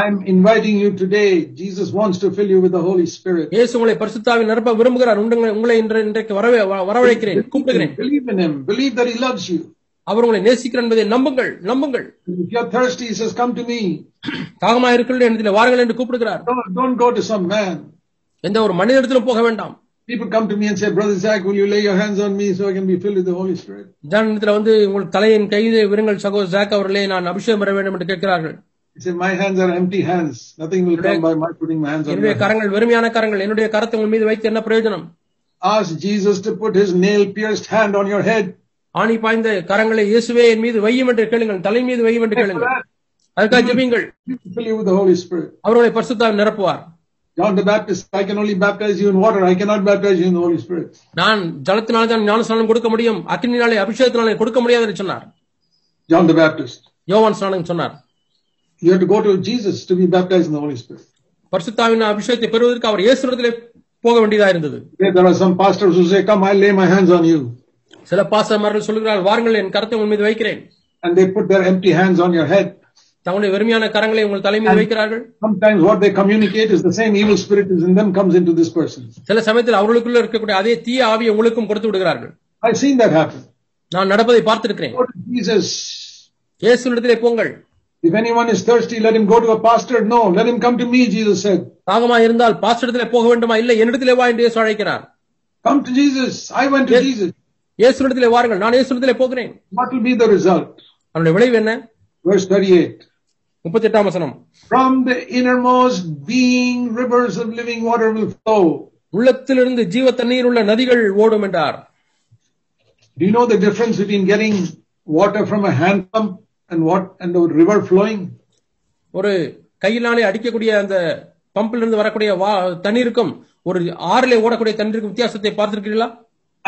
I'm inviting you today. Jesus wants to fill you with the Holy Spirit. இயேசு உங்களை பரிசுத்தாவி நிரப்ப விரும்புகிறார் உண்டுங்களை- உங்களை இன்று இன்றைக்கு வரவே வ- வரவழைக்கிறேன் கூப்பிடுகிறேன் Believe in Him. Believe that He loves you. அவர் உங்களை நேசிக்கிறார் என்பதை நம்புங்கள் நம்புங்கள் If you're thirsty, He says, come to me. தாகமா இருக்கிற இடத்துல வாருங்கள் என்று கூப்பிடுகிறார் Don't, don't go to some man. எந்த ஒரு மனித இடத்திலும் போக வேண்டாம் People come to me and say, Brother Zach, will you lay your hands on me so I can be filled with the Holy Spirit? ஜனத்தில் வந்து உங்கள் தலையின் கைதை விருங்கள் சகோ ஜாக் அவர்களே நான் அபிஷேகம் பெற வேண்டும் என்று கேட்கிறார்கள் He said, my hands are empty hands. Nothing will come by my putting my hands on என்னுடைய you. கரங்கள் வெறுமையான கரங்கள் என்னுடைய கரத்தை உங்கள் மீது வைத்து என்ன பிரயோஜனம் Ask Jesus to put his nail pierced hand on your head. ஆணி பாய்ந்த கரங்களை இயேசுவே என் மீது வையும் என்று கேளுங்கள் தலை மீது வையும் என்று கேளுங்கள் அதுக்காக ஜெபியுங்கள் He will fill you with the Holy Spirit. அவர்களை பரிசுத்தாவி நிரப்புவார் John the Baptist, I can only baptize you in water. I cannot baptize you in the Holy Spirit. நான் ஜலத்தினாலே தான் ஞானஸ்நானம் கொடுக்க முடியும் அக்னினாலே அபிஷேகத்தினாலே கொடுக்க முடியாது என்று சொன்னார் John the Baptist. யோவான் ஸ்நானம் சொன்னார் You have to go to Jesus to be baptized in the Holy Spirit. பரிசுத்தாவின் அபிஷேகத்தை பெறுவதற்கு அவர் இயேசுடத்திலே போக வேண்டியதா இருந்தது Today there are some pastors who say, come, I'll lay my hands on you. சில பாசமார்கள் சொல்கிறார்கள் வாருங்கள் என் கரத்தை உங்கள் மீது வைக்கிறேன் And they put their empty hands on your head. தங்களுடைய வெறுமையான கரங்களை உங்கள் தலை மீது வைக்கிறார்கள் Sometimes what they communicate is the same evil spirit is in them comes into this person. சில சமயத்தில் அவர்களுக்குள்ள இருக்கக்கூடிய அதே தீய ஆவி உங்களுக்கும் கொடுத்து விடுகிறார்கள் I've seen that happen. நான் நடப்பதை பார்த்திருக்கிறேன் Go to Jesus. இயேசுடத்திலே போங்கள் If anyone is thirsty, let him go to a pastor. No, let him come to me, Jesus said. தாகமா இருந்தால் பாஸ்டரிடத்திலே போக வேண்டுமா இல்லை என்னிடத்திலே வா என்று இயேசு அழைக்கிறார் Come to Jesus. I went to Jesus. இயேசுடத்திலே வாருங்கள் நான் இயேசுடத்திலே போகிறேன் What will be the result? அவனுடைய விளைவு என்ன Verse 38. முப்பத்தி எட்டாம் வசனம் From the innermost being, rivers of living water will flow. உள்ளத்திலிருந்து ஜீவ தண்ணீர் உள்ள நதிகள் ஓடும் என்றார் Do you know the difference between getting water from a hand pump and what and the river flowing? ஒரு கையினாலே அடிக்கக்கூடிய அந்த பம்பிலிருந்து வரக்கூடிய வா- தண்ணீருக்கும் ஒரு ஆறிலே ஓடக்கூடிய தண்ணீருக்கும் வித்தியாசத்தை பார்த்திருக்கிறீர்களா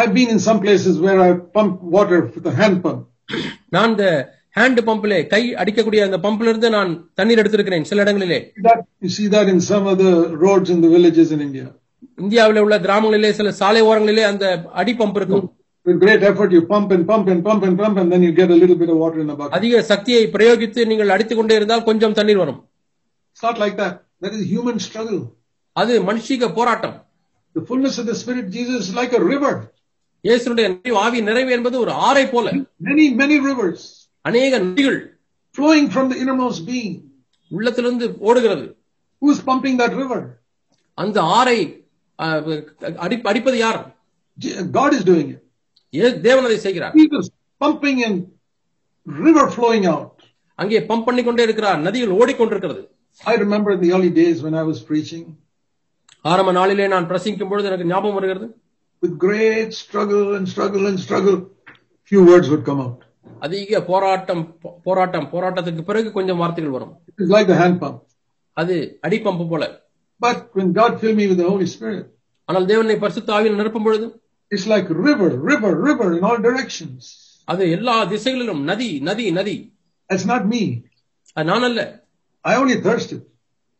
I've been in some places where I pump water with a hand pump. நான் இந்த ஹேண்ட் பம்பிலே கை அடிக்கக்கூடிய அந்த பம்பிலிருந்து நான் தண்ணீர் எடுத்திருக்கிறேன் சில இடங்களிலே That you see that in some of the roads in the villages in India. இந்தியாவிலே உள்ள கிராமங்களிலே சில சாலை ஓரங்களிலே அந்த அடி பம்ப் இருக்கும் With great effort, you pump and pump and pump and pump, and then you get a little bit of water in a bucket. அதிக சக்தியை பிரயோகித்து நீங்கள் அடித்துக் கொண்டே இருந்தால் கொஞ்சம் தண்ணீர் வரும் It's not like that. That is human struggle. அது மனுஷிக போராட்டம் The fullness of the Spirit, Jesus, is like a river. இயேசுனுடைய நிறைவு, ஆவி நிறைவு என்பது ஒரு ஆறை போல Many, many rivers அநேக நதிகள் flowing from the innermost being. உள்ளத்திலிருந்து ஓடுகிறது Who's pumping that river? அந்த ஆறை அஹ், அடி அடிப்பது யார் Je- God is doing it. இயே- தேவன் அதை செய்கிறார் Jesus pumping and river flowing out. அங்கே பம்ப் பண்ணிக்கொண்டே இருக்கிறார் நதிகள் ஓடிக்கொண்டிருக்கிறது I remember in the early days when I was preaching, ஆரம்ப நாளிலே நான் பிரசங்கிக்கும் பொழுது எனக்கு ஞாபகம் வருகிறது with great struggle and struggle and struggle, few words would come out. அதிக போராட்டம் போ- போராட்டம் போராட்டத்துக்கு பிறகு கொஞ்சம் வார்த்தைகள் வரும் It is like the hand pump. அது அடி பம்பு போல But when God filled me with the Holy Spirit, ஆனால் தேவனை பரிசுத்த ஆவியில் நிரப்பும் பொழுது it's like river, river, river in all directions. அது எல்லா திசைகளிலும் நதி நதி நதி That's not me. அது நான் அல்ல I only thirsted.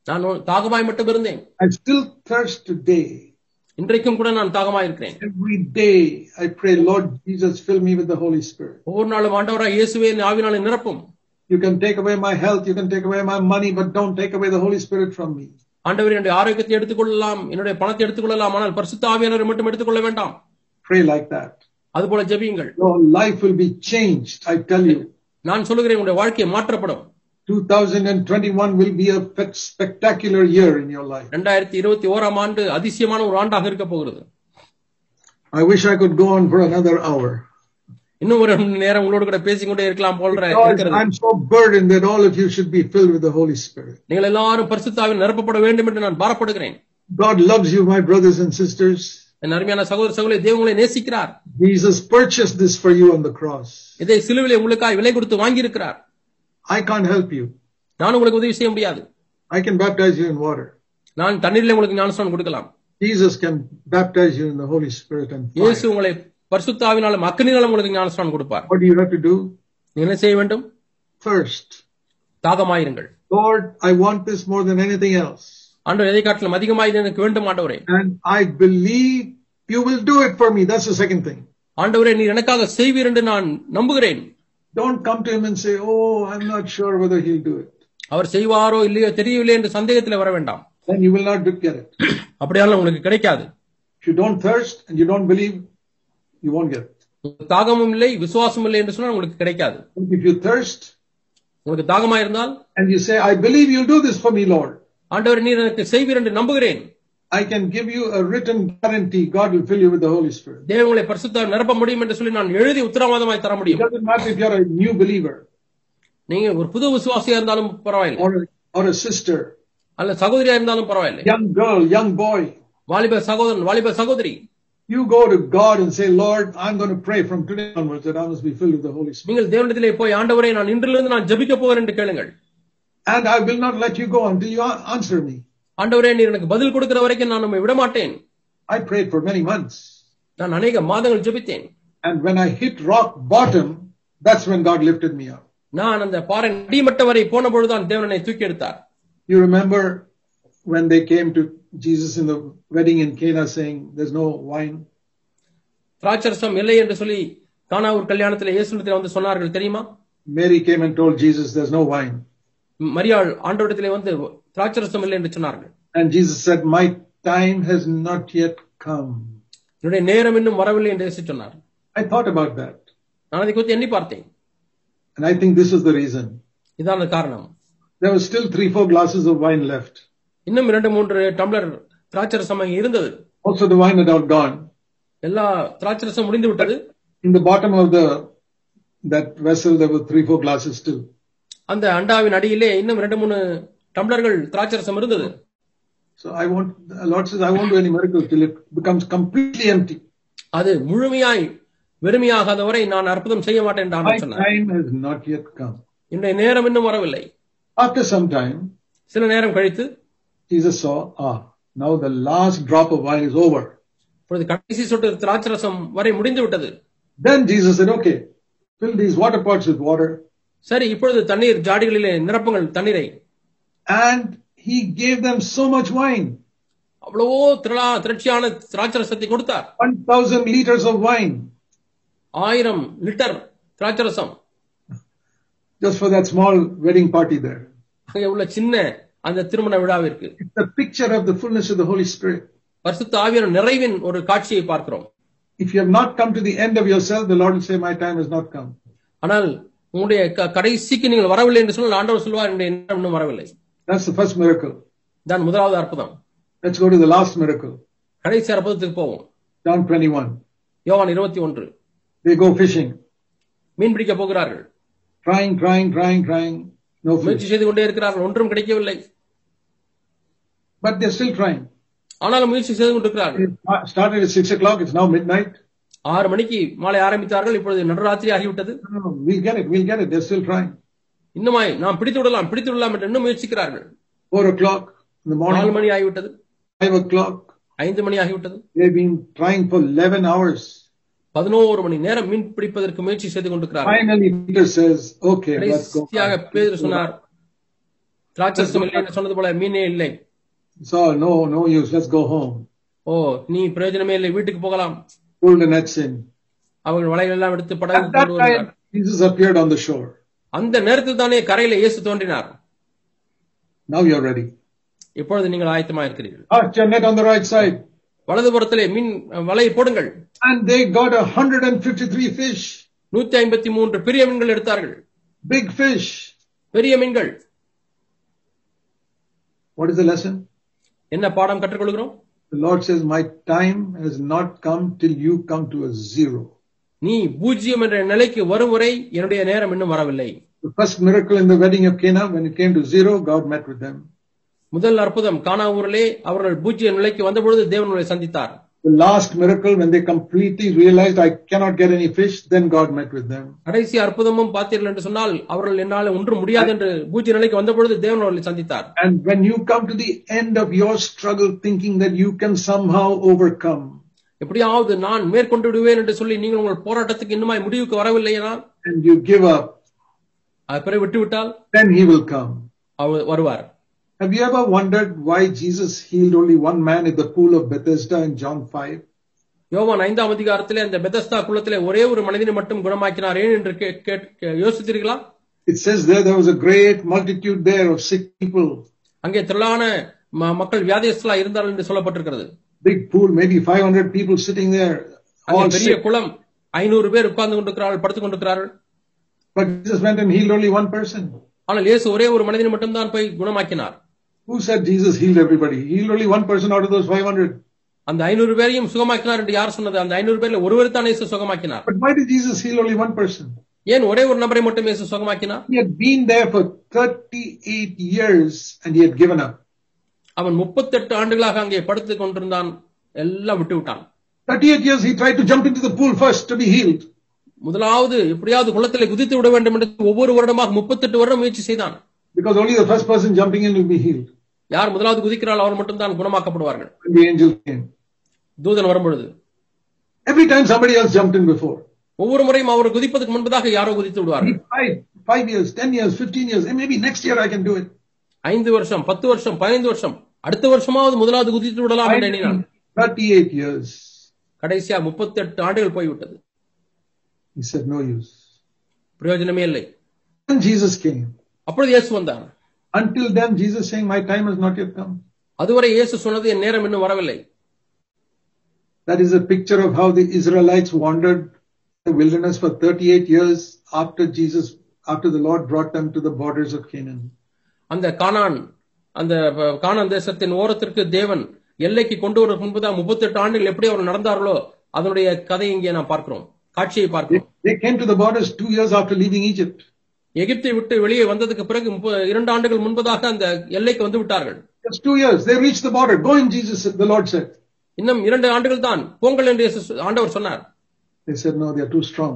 நான் ஒரு தாகமாய் மட்டும் இருந்தேன் I still thirst today. இன்றைக்கும் கூட நான் தாகமாய் இருக்கிறேன் Every day I pray, Lord Jesus, fill me with the Holy Spirit. ஒவ்வொரு நாளும் ஆண்டவராய் இயேசுவே என் ஆவினாலே நிரப்பும் You can take away my health, you can take away my money, but don't take away the Holy Spirit from me. ஆண்டவர் என்னுடைய ஆரோக்கியத்தை எடுத்துக்கொள்ளலாம் என்னுடைய பணத்தை எடுத்துக்கொள்ளலாம் ஆனால் பரிசுத்த ஆவியானவர் மட்டும் எடுத்துக்கொள்ள வேண்டாம் Pray like that. அதுபோல ஜெபியுங்கள் Your life will be changed, I tell you. நான் சொல்லுகிறேன் உங்களுடைய வாழ்க்கை மாற்றப்படும் 2021 will be a fe- spectacular year in your life. ரெண்டாயிரத்தி இருபத்தி ஓராம் ஆண்டு அதிசயமான ஒரு ஆண்டாக இருக்க போகிறது I wish I could go on for another hour. இன்னும் ஒரு மணி நேரம் உங்களோடு கூட பேசிக்கொண்டே இருக்கலாம் போன்ற Because இருக்கிறது I'm so burdened that all of you should be filled with the Holy Spirit. நீங்கள் எல்லாரும் பரிசுத்தாவில் நிரப்பப்பட வேண்டும் என்று நான் பாரப்படுகிறேன் God loves you, my brothers and sisters. என் அருமையான சகோதர சகோதரி தேவங்களை நேசிக்கிறார் Jesus purchased this for you on the cross. இதை சிலுவிலே உங்களுக்காக விலை கொடுத்து வாங்கியிருக்கிறார் I can't help you. நான் உங்களுக்கு உதவி செய்ய முடியாது I can baptize you in water. நான் தண்ணீரில் உங்களுக்கு ஞானஸ்நானம் கொடுக்கலாம் Jesus can baptize you in the Holy Spirit and fire. இயேசு உங்களை பரிசுத்தாவினாலும் அக்னினாலும் உங்களுக்கு ஞானஸ்நானம் கொடுப்பார் What do you have to do? நீங்கள் என்ன செய்ய வேண்டும் First, தாகமாயிருங்கள் Lord, I want this more than anything else. ஆண்டவர் எதை காட்டிலும் அதிகமாக எனக்கு வேண்டும் ஆண்டவரே And I believe you will do it for me. That's the second thing. ஆண்டவரே நீர் எனக்காக செய்வீர் என்று நான் நம்புகிறேன் Don't come to him and say, Oh, I'm not sure whether he'll do it. அவர் செய்வாரோ இல்லையோ தெரியவில்லை என்று சந்தேகத்துல வர வேண்டாம் then you will not get it. அப்படியானால் உங்களுக்கு கிடைக்காது If you don't thirst and you don't believe, you won't get it. உங்களுக்கு தாகமும் இல்லை விசுவாசமும் இல்லை என்று சொன்னால் உங்களுக்கு கிடைக்காது But If you thirst உங்களுக்கு தாகமா இருந்தால் and you say, I believe you'll do this for me, Lord, ஆண்டவர் நீர் எனக்கு செய்வீர் என்று நம்புகிறேன் I can give you a written guarantee God will fill you with the Holy Spirit. தேவங்களை பரிசுத்த நிரப்ப முடியும் என்று சொல்லி நான் எழுதி உத்தரவாதமாய் தர It முடியும் doesn't matter if you're a new believer நீங்க ஒரு புது விசுவாசியா இருந்தாலும் பரவாயில்லை or a, or a sister, அல்ல சகோதரியா இருந்தாலும் பரவாயில்லை young girl, young boy. வாலிப சகோதரன் வாலிப சகோதரி You go to God and say, Lord, I'm going to pray from today onwards that I must be filled with the Holy Spirit. நீங்கள் தேவனிடத்திலே போய் ஆண்டவரை நான் இன்றிலிருந்து நான் ஜெபிக்க போகிறேன் என்று கேளுங்கள் And I will not let you go until you a- answer me. ஆண்டவரே நீர் எனக்கு பதில் கொடுக்கிற வரைக்கும் நான் உம்மை விட மாட்டேன் I prayed for many months. நான் அநேக மாதங்கள் ஜெபித்தேன் And when I hit rock bottom, that's when God lifted me up. நான் அந்த பாறை அடிமட்ட வரை போன பொழுதுதான் தேவன் என்னை தூக்கி எடுத்தார் You remember when they came to Jesus in the wedding in Cana saying, There's no wine? திராட்சரசம் இல்லை என்று சொல்லி கானாவூர் கல்யாணத்தில் இயேசுடத்தில் வந்து சொன்னார்கள் தெரியுமா Mary came and told Jesus, There's no wine. மரியாள் ஆண்டவரிடத்திலே வந்து திராட்சரசம் இல்லை என்று சொன்னார்கள் And Jesus said, My time has not yet come. என்னுடைய நேரம் இன்னும் வரவில்லை என்று இயேசு சொன்னார் I thought about that. நான் அதை குறித்து எண்ணி பார்த்தேன் And I think this is the reason. இதான் அந்த காரணம் There were still three, four glasses of wine left. இன்னும் இரண்டு மூன்று டம்ளர் திராட்சரசம் அங்கே இருந்தது Also, the wine had outgone. எல்லா திராட்சரசம் முடிந்து விட்டது In the bottom of the that vessel, there were three, four glasses still. அந்த அண்டாவின் அடியிலே இன்னும் இரண்டு மூணு டம்ளர்கள் திராட்சரசம் இருந்தது So I want, Lord says, I won't do any miracle till it becomes completely empty. அது முழுமையாய் வெறுமையாகாத வரை நான் அற்புதம் செய்ய மாட்டேன் என்று My ஆண்டவர் சொன்னார் time has not yet come. என்னுடைய நேரம் இன்னும் வரவில்லை After some time, சில நேரம் கழித்து Jesus saw, ah, now the last drop of wine is over. இப்பொழுது கடைசி சொட்டு திராட்சரசம் வரை முடிந்து விட்டது Then Jesus said, okay, fill these water pots with water. சரி இப்பொழுது தண்ணீர் ஜாடிகளிலே நிரப்புங்கள் தண்ணீரை And he gave them so much wine, அவ்வளவோ திரளா திரட்சியான திராட்சரசத்தை கொடுத்தார் 1000 liters of wine ஆயிரம் லிட்டர் திராட்சரசம் just for that small wedding party there. அங்கே உள்ள சின்ன அந்த திருமண விழாவிற்கு It's a picture of the fullness of the Holy Spirit. பரிசுத்த ஆவியான நிறைவின் ஒரு காட்சியை பார்க்கிறோம் If you have not come to the end of yourself, the Lord will say, my time has not come. ஆனால் உங்களுடைய க- கடைசிக்கு நீங்கள் வரவில்லை என்று சொன்னால் ஆண்டவர் சொல்வார் என்னுடைய நேரம் இன்னும் வரவில்லை That's the first miracle. தான் முதலாவது அற்புதம் Let's go to the last miracle. கடைசி அற்புதத்துக்கு போவோம் John 21. யோவான் இருபத்தி ஒன்று They go fishing, மீன் பிடிக்க போகிறார்கள் trying, trying, trying, trying. No முயற்சி fish. செய்து கொண்டே இருக்கிறார்கள் ஒன்றும் கிடைக்கவில்லை But they're still trying. ஆனாலும் முயற்சி செய்து கொண்டிருக்கிறார்கள் They started at 6 o'clock, it's now midnight. ஆறு மணிக்கு மாலை ஆரம்பித்தார்கள் இப்பொழுது நடுராத்திரி ஆகிவிட்டது No, no, we'll get it, we'll get it. They're still trying. இன்னுமாய் நாம் பிடித்து விடலாம் பிடித்து விடலாம் என்று இன்னும் முயற்சிக்கிறார்கள் 4 o'clock in the நாலு morning, மணி ஆகிவிட்டது 5 o'clock. ஐந்து மணி ஆகிவிட்டது They've been trying for 11 hours. பதினோரு மணி நேரம் மீன் பிடிப்பதற்கு முயற்சி செய்து கொண்டிருக்கிறார்கள் Finally, Peter says, okay, let's go. கடைசியாக பேதுரு சொன்னார் திராட்சரசம் இல்லை என்று சொன்னது போல மீனே இல்லை So, no, no use. Let's go home. ஓ நீ பிரயோஜனமே இல்லை வீட்டுக்கு போகலாம் Pulled the nets in. அவர்கள் வலைகள் எல்லாம் எடுத்து படகு At that கொண்டு வருகிறார் time, Jesus appeared on the shore. அந்த நேரத்தில் தானே கரையில இயேசு தோன்றினார் Now you're ready. இப்பொழுது நீங்கள் ஆயத்தமா இருக்கிறீர்கள் Cast your net on the right side. வலதுபுறத்திலே மீன் அஹ், வலையை போடுங்கள் And they got 153 fish. நூத்தி ஐம்பத்தி மூன்று பெரிய மீன்கள் எடுத்தார்கள் Big fish. பெரிய மீன்கள் What is the lesson? என்ன பாடம் கற்றுக்கொள்கிறோம் The Lord says, My time has not come till you come to a zero. நீ பூஜ்ஜியம் என்ற நிலைக்கு வரும் வரை என்னுடைய நேரம் இன்னும் வரவில்லை The first miracle in the wedding of Cana, when it came to zero, God met with them. முதல் அற்புதம் கானா ஊரிலே அவர்கள் பூஜ்ஜிய நிலைக்கு வந்தபொழுது தேவனுடைய சந்தித்தார் The last miracle, when they completely realized I cannot get any fish, then God met with them. கடைசி அற்புதமும் பார்த்தீர்கள் என்று சொன்னால் அவர்கள் என்னால் ஒன்றும் முடியாது என்று பூஜ்ய நிலைக்கு வந்தபொழுது தேவன் அவர்களை சந்தித்தார் And when you come to the end of your struggle thinking that you can somehow overcome, எப்படியாவது நான் மேற்கொண்டு விடுவேன் என்று சொல்லி நீங்கள் உங்கள் போராட்டத்துக்கு இன்னுமாய் முடிவுக்கு வரவில்லையா and you give up, பிறகு விட்டுவிட்டால் then He will come. அவர் வருவார் Have you ever wondered why Jesus healed only one man at the pool of Bethesda in John 5? யோவான் ஐந்தாம் அதிகாரத்திலே அந்த பெதஸ்தா குளத்திலே ஒரே ஒரு மனிதனை மட்டும் குணமாக்கினார் ஏன் என்று கே- கே- கே- யோசித்தீர்களா It says there, there was a great multitude there of sick people. அங்கே திரளான ம- மக்கள் வியாதியஸ்தலா இருந்தார்கள் என்று சொல்லப்பட்டிருக்கிறது Big pool, maybe 500 people sitting there, அங்கே all பெரிய sick. குளம் ஐநூறு பேர் உட்கார்ந்து கொண்டிருக்கிறார்கள் படுத்துக் கொண்டிருக்கிறார்கள் But Jesus went and healed only one person. ஆனால் இயேசு ஒரே ஒரு மனிதனை மட்டும்தான் போய் குணமாக்கினார் Who said Jesus healed everybody? He healed only one person out of those 500. அந்த ஐநூறு பேரையும் சுகமாக்கினார் என்று யார் சொன்னது அந்த ஐநூறு பேர்ல ஒருவர் தான் இயேசு சுகமாக்கினார் But why did Jesus heal only one person? ஏன் ஒரே ஒரு நபரை மட்டும் இயேசு சுகமாக்கினார் He had been there for 38 years and he had given up. அவன் முப்பத்தெட்டு ஆண்டுகளாக அங்கே படுத்துக் கொண்டிருந்தான் எல்லாம் விட்டு விட்டான் 38 years he tried to jump into the pool first to be healed. முதலாவது எப்படியாவது குளத்திலே குதித்து விட வேண்டும் என்று ஒவ்வொரு வருடமாக முப்பத்தெட்டு வருடம் முயற்சி செய்தான் Because only the first person jumping in will be healed. யார் முதலாவது குதிக்கிறாள் அவர் மட்டும்தான் குணமாக்கப்படுவார்கள் When the angel came. தூதன் வரும்பொழுது Every time somebody else jumped in before. ஒவ்வொரு முறையும் அவர் குதிப்பதற்கு முன்பதாக யாரோ குதித்து விடுவார்கள் Five, five years, 10 years, 15 years, and maybe next year I can do it. ஐந்து வருஷம் பத்து வருஷம் பதினைந்து வருஷம் அடுத்த வருஷமாவது முதலாவது குதித்து விடலாம் என்று எண்ணினான் 38 years. கடைசியா முப்பத்தெட்டு ஆண்டுகள் போய்விட்டது He said, no use. பிரயோஜனமே இல்லை Then Jesus came. அப்பொழுது இயேசு வந்தார் Until then, Jesus saying, my time has not yet come. அதுவரை இயேசு சொன்னது என் நேரம் இன்னும் வரவில்லை That is a picture of how the Israelites wandered the wilderness for 38 years after Jesus, after the Lord brought them to the borders of Canaan. அந்த கானான் அந்த அஹ், கானான் தேசத்தின் ஓரத்திற்கு தேவன் எல்லைக்கு கொண்டு வருவதற்கு முன்புதான் முப்பத்தெட்டு ஆண்டுகள் எப்படி அவர் நடந்தார்களோ அதனுடைய கதையை இங்கே நாம் பார்க்கிறோம் காட்சியை பார்க்கிறோம் They came to the borders two years after leaving Egypt. எகிப்தை விட்டு வெளியே வந்ததுக்கு பிறகு முப்ப- இரண்டு ஆண்டுகள் முன்பதாக அந்த எல்லைக்கு வந்து விட்டார்கள் Just two years. They reached the border. Go in, Jesus, the Lord said. இன்னும் இரண்டு ஆண்டுகள் தான் போங்கள் என்று இயேசு சொ- ஆண்டவர் சொன்னார் They said, no, they are too strong.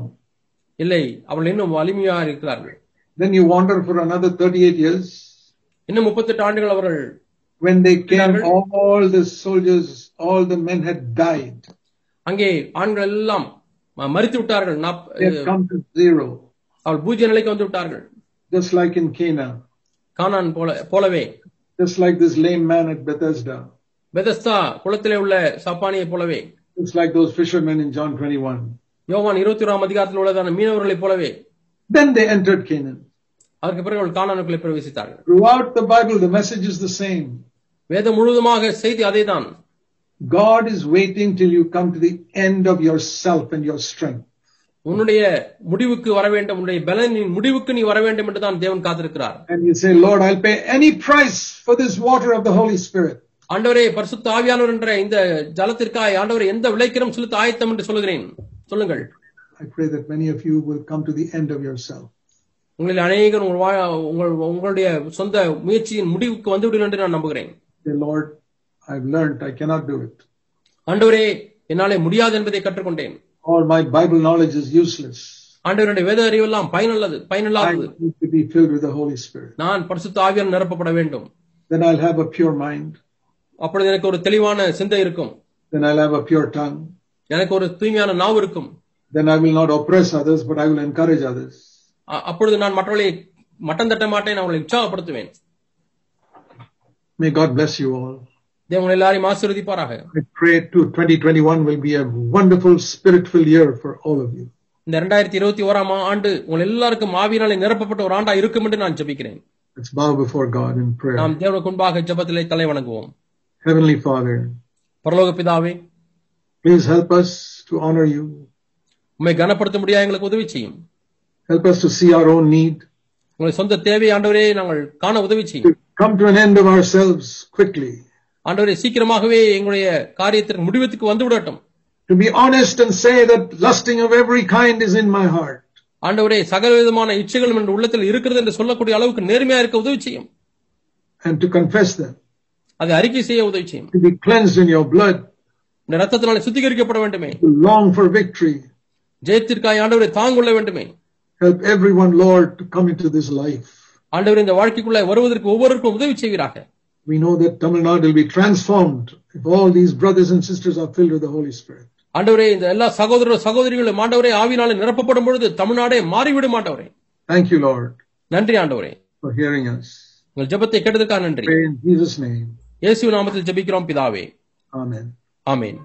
இல்லை அவர்கள் இன்னும் வலிமையா இருக்கிறார்கள் Then you wander for another 38 years. இன்னும் முப்பத்தெட்டு ஆண்டுகள் அவர்கள் When they came, Beloved. all the soldiers, all the men had died. அங்கே ஆண்கள் எல்லாம் ம- மரித்து விட்டார்கள் நாப்- They had come to zero. அவள் பூஜ்ய நிலைக்கு வந்து விட்டார்கள் Just like in Cana. கானான் போல போலவே Just like this lame man at Bethesda. Bethesda குளத்திலே உள்ள சப்பானியை போலவே It's like those fishermen in John 21. யோவான் இருபத்தி ஓராம் அதிகாரத்தில் உள்ளதான மீனவர்களைப் போலவே Then they entered Canaan. அதற்கு பிறகு அவள் கானானுக்குள்ளே பிரவேசித்தார்கள் Throughout the Bible, the message is the same. வேதம் முழுவதுமாக செய்தி அதேதான் God is waiting till you come to the end of yourself and your strength. உன்னுடைய முடிவுக்கு வர வேண்டும் உன்னுடைய பலனின் முடிவுக்கு நீ வர வேண்டும் என்று தான் தேவன் காத்திருக்கிறார் And you say, Lord, I'll pay any price for this water of the Holy Spirit. ஆண்டவரே பரிசுத்த ஆவியானவர் என்ற இந்த ஜலத்திற்காய் ஆண்டவரே எந்த விளைக்கிறோம் செலுத்த ஆயத்தம் என்று சொல்லுகிறேன் சொல்லுங்கள் I pray that many of you will come to the end of yourself. உங்களில் அநேகர் உங்கள் வா- உங்கள் உங்களுடைய சொந்த முயற்சியின் முடிவுக்கு வந்துவிடும் என்று நான் நம்புகிறேன் Say, Lord, I've learned I cannot do it. ஆண்டவரே என்னாலே முடியாது என்பதை கற்றுக்கொண்டேன் All my Bible knowledge is useless. ஆண்டவருடைய வேத அறிவெல்லாம் பயனுள்ளது I பயனில்லாதது need to be filled with the Holy Spirit. நான் பரிசுத்த ஆவியால் நிரப்பப்பட வேண்டும் Then I'll have a pure mind. அப்பொழுது எனக்கு ஒரு தெளிவான சிந்தை இருக்கும் Then I'll have a pure tongue. எனக்கு ஒரு தூய்மையான நாவு இருக்கும் then I will not oppress others, but I will encourage others. அ- அப்பொழுது நான் மற்றவர்களை மட்டம் தட்ட மாட்டேன் அவர்களை உற்சாகப்படுத்துவேன் May God bless you all. தேவன் எல்லாரையும் ஆசீர்வதிப்பாராக I pray to 2021 will be a wonderful spirit-filled year for all of you. இந்த இரண்டாயிரத்தி இருபத்தி ஓராம் ஆண்டு உங்கள் எல்லாருக்கும் ஆவியினாலே நிரப்பப்பட்ட ஒரு ஆண்டா இருக்கும் என்று நான் ஜெபிக்கிறேன் Let's bow before God in prayer. நாம் தேவனுக்கு முன்பாக ஜெபத்திலே தலை வணங்குவோம் Heavenly Father, பரலோக பிதாவே please help us to honor you. உண்மை கனப்படுத்த முடியாது எங்களுக்கு உதவி செய்யும் Help us to see our own need. உங்களுடைய சொந்த தேவை ஆண்டவரே நாங்கள் காண உதவி செய்யும் To come to an end of ourselves quickly. ஆண்டவரே சீக்கிரமாகவே எங்களுடைய காரியத்திற்கு முடிவத்துக்கு வந்து விடட்டும் To be honest and say that lusting of every kind is in my heart. ஆண்டவரே சகலவிதமான இச்சைகளும் என் உள்ளத்தில் இருக்கிறது என்று சொல்லக்கூடிய அளவுக்கு நேர்மையா இருக்க உதவி செய்யும் And to confess them. அதை அறிக்கை செய்ய உதவி செய்யும் To be cleansed in your blood. இந்த ரத்தத்தினால சுத்திகரிக்கப்பட வேண்டுமே To long for victory. ஜெயத்திற்காய் ஆண்டவரை தாங்குள்ள வேண்டுமே Help everyone, Lord, to come into this life. ஆண்டவர் இந்த வாழ்க்கைக்குள்ள வருவதற்கு ஒவ்வொருவருக்கும் உதவி செய்வீராக We know that Tamil Nadu will be transformed if all these brothers and sisters are filled with the Holy Spirit. ஆண்டவரே இந்த எல்லா சகோதர சகோதரிகளும் ஆண்டவரே ஆவினாலே நிரப்பப்படும் பொழுது தமிழ்நாடே மாறிவிடும் ஆண்டவரே Thank you, Lord, நன்றி ஆண்டவரே for hearing us. உங்கள் ஜெபத்தை கேட்டதற்காக நன்றி Pray in Jesus' name. இயேசு நாமத்தில் ஜெபிக்கிறோம் பிதாவே Amen. ஆமென்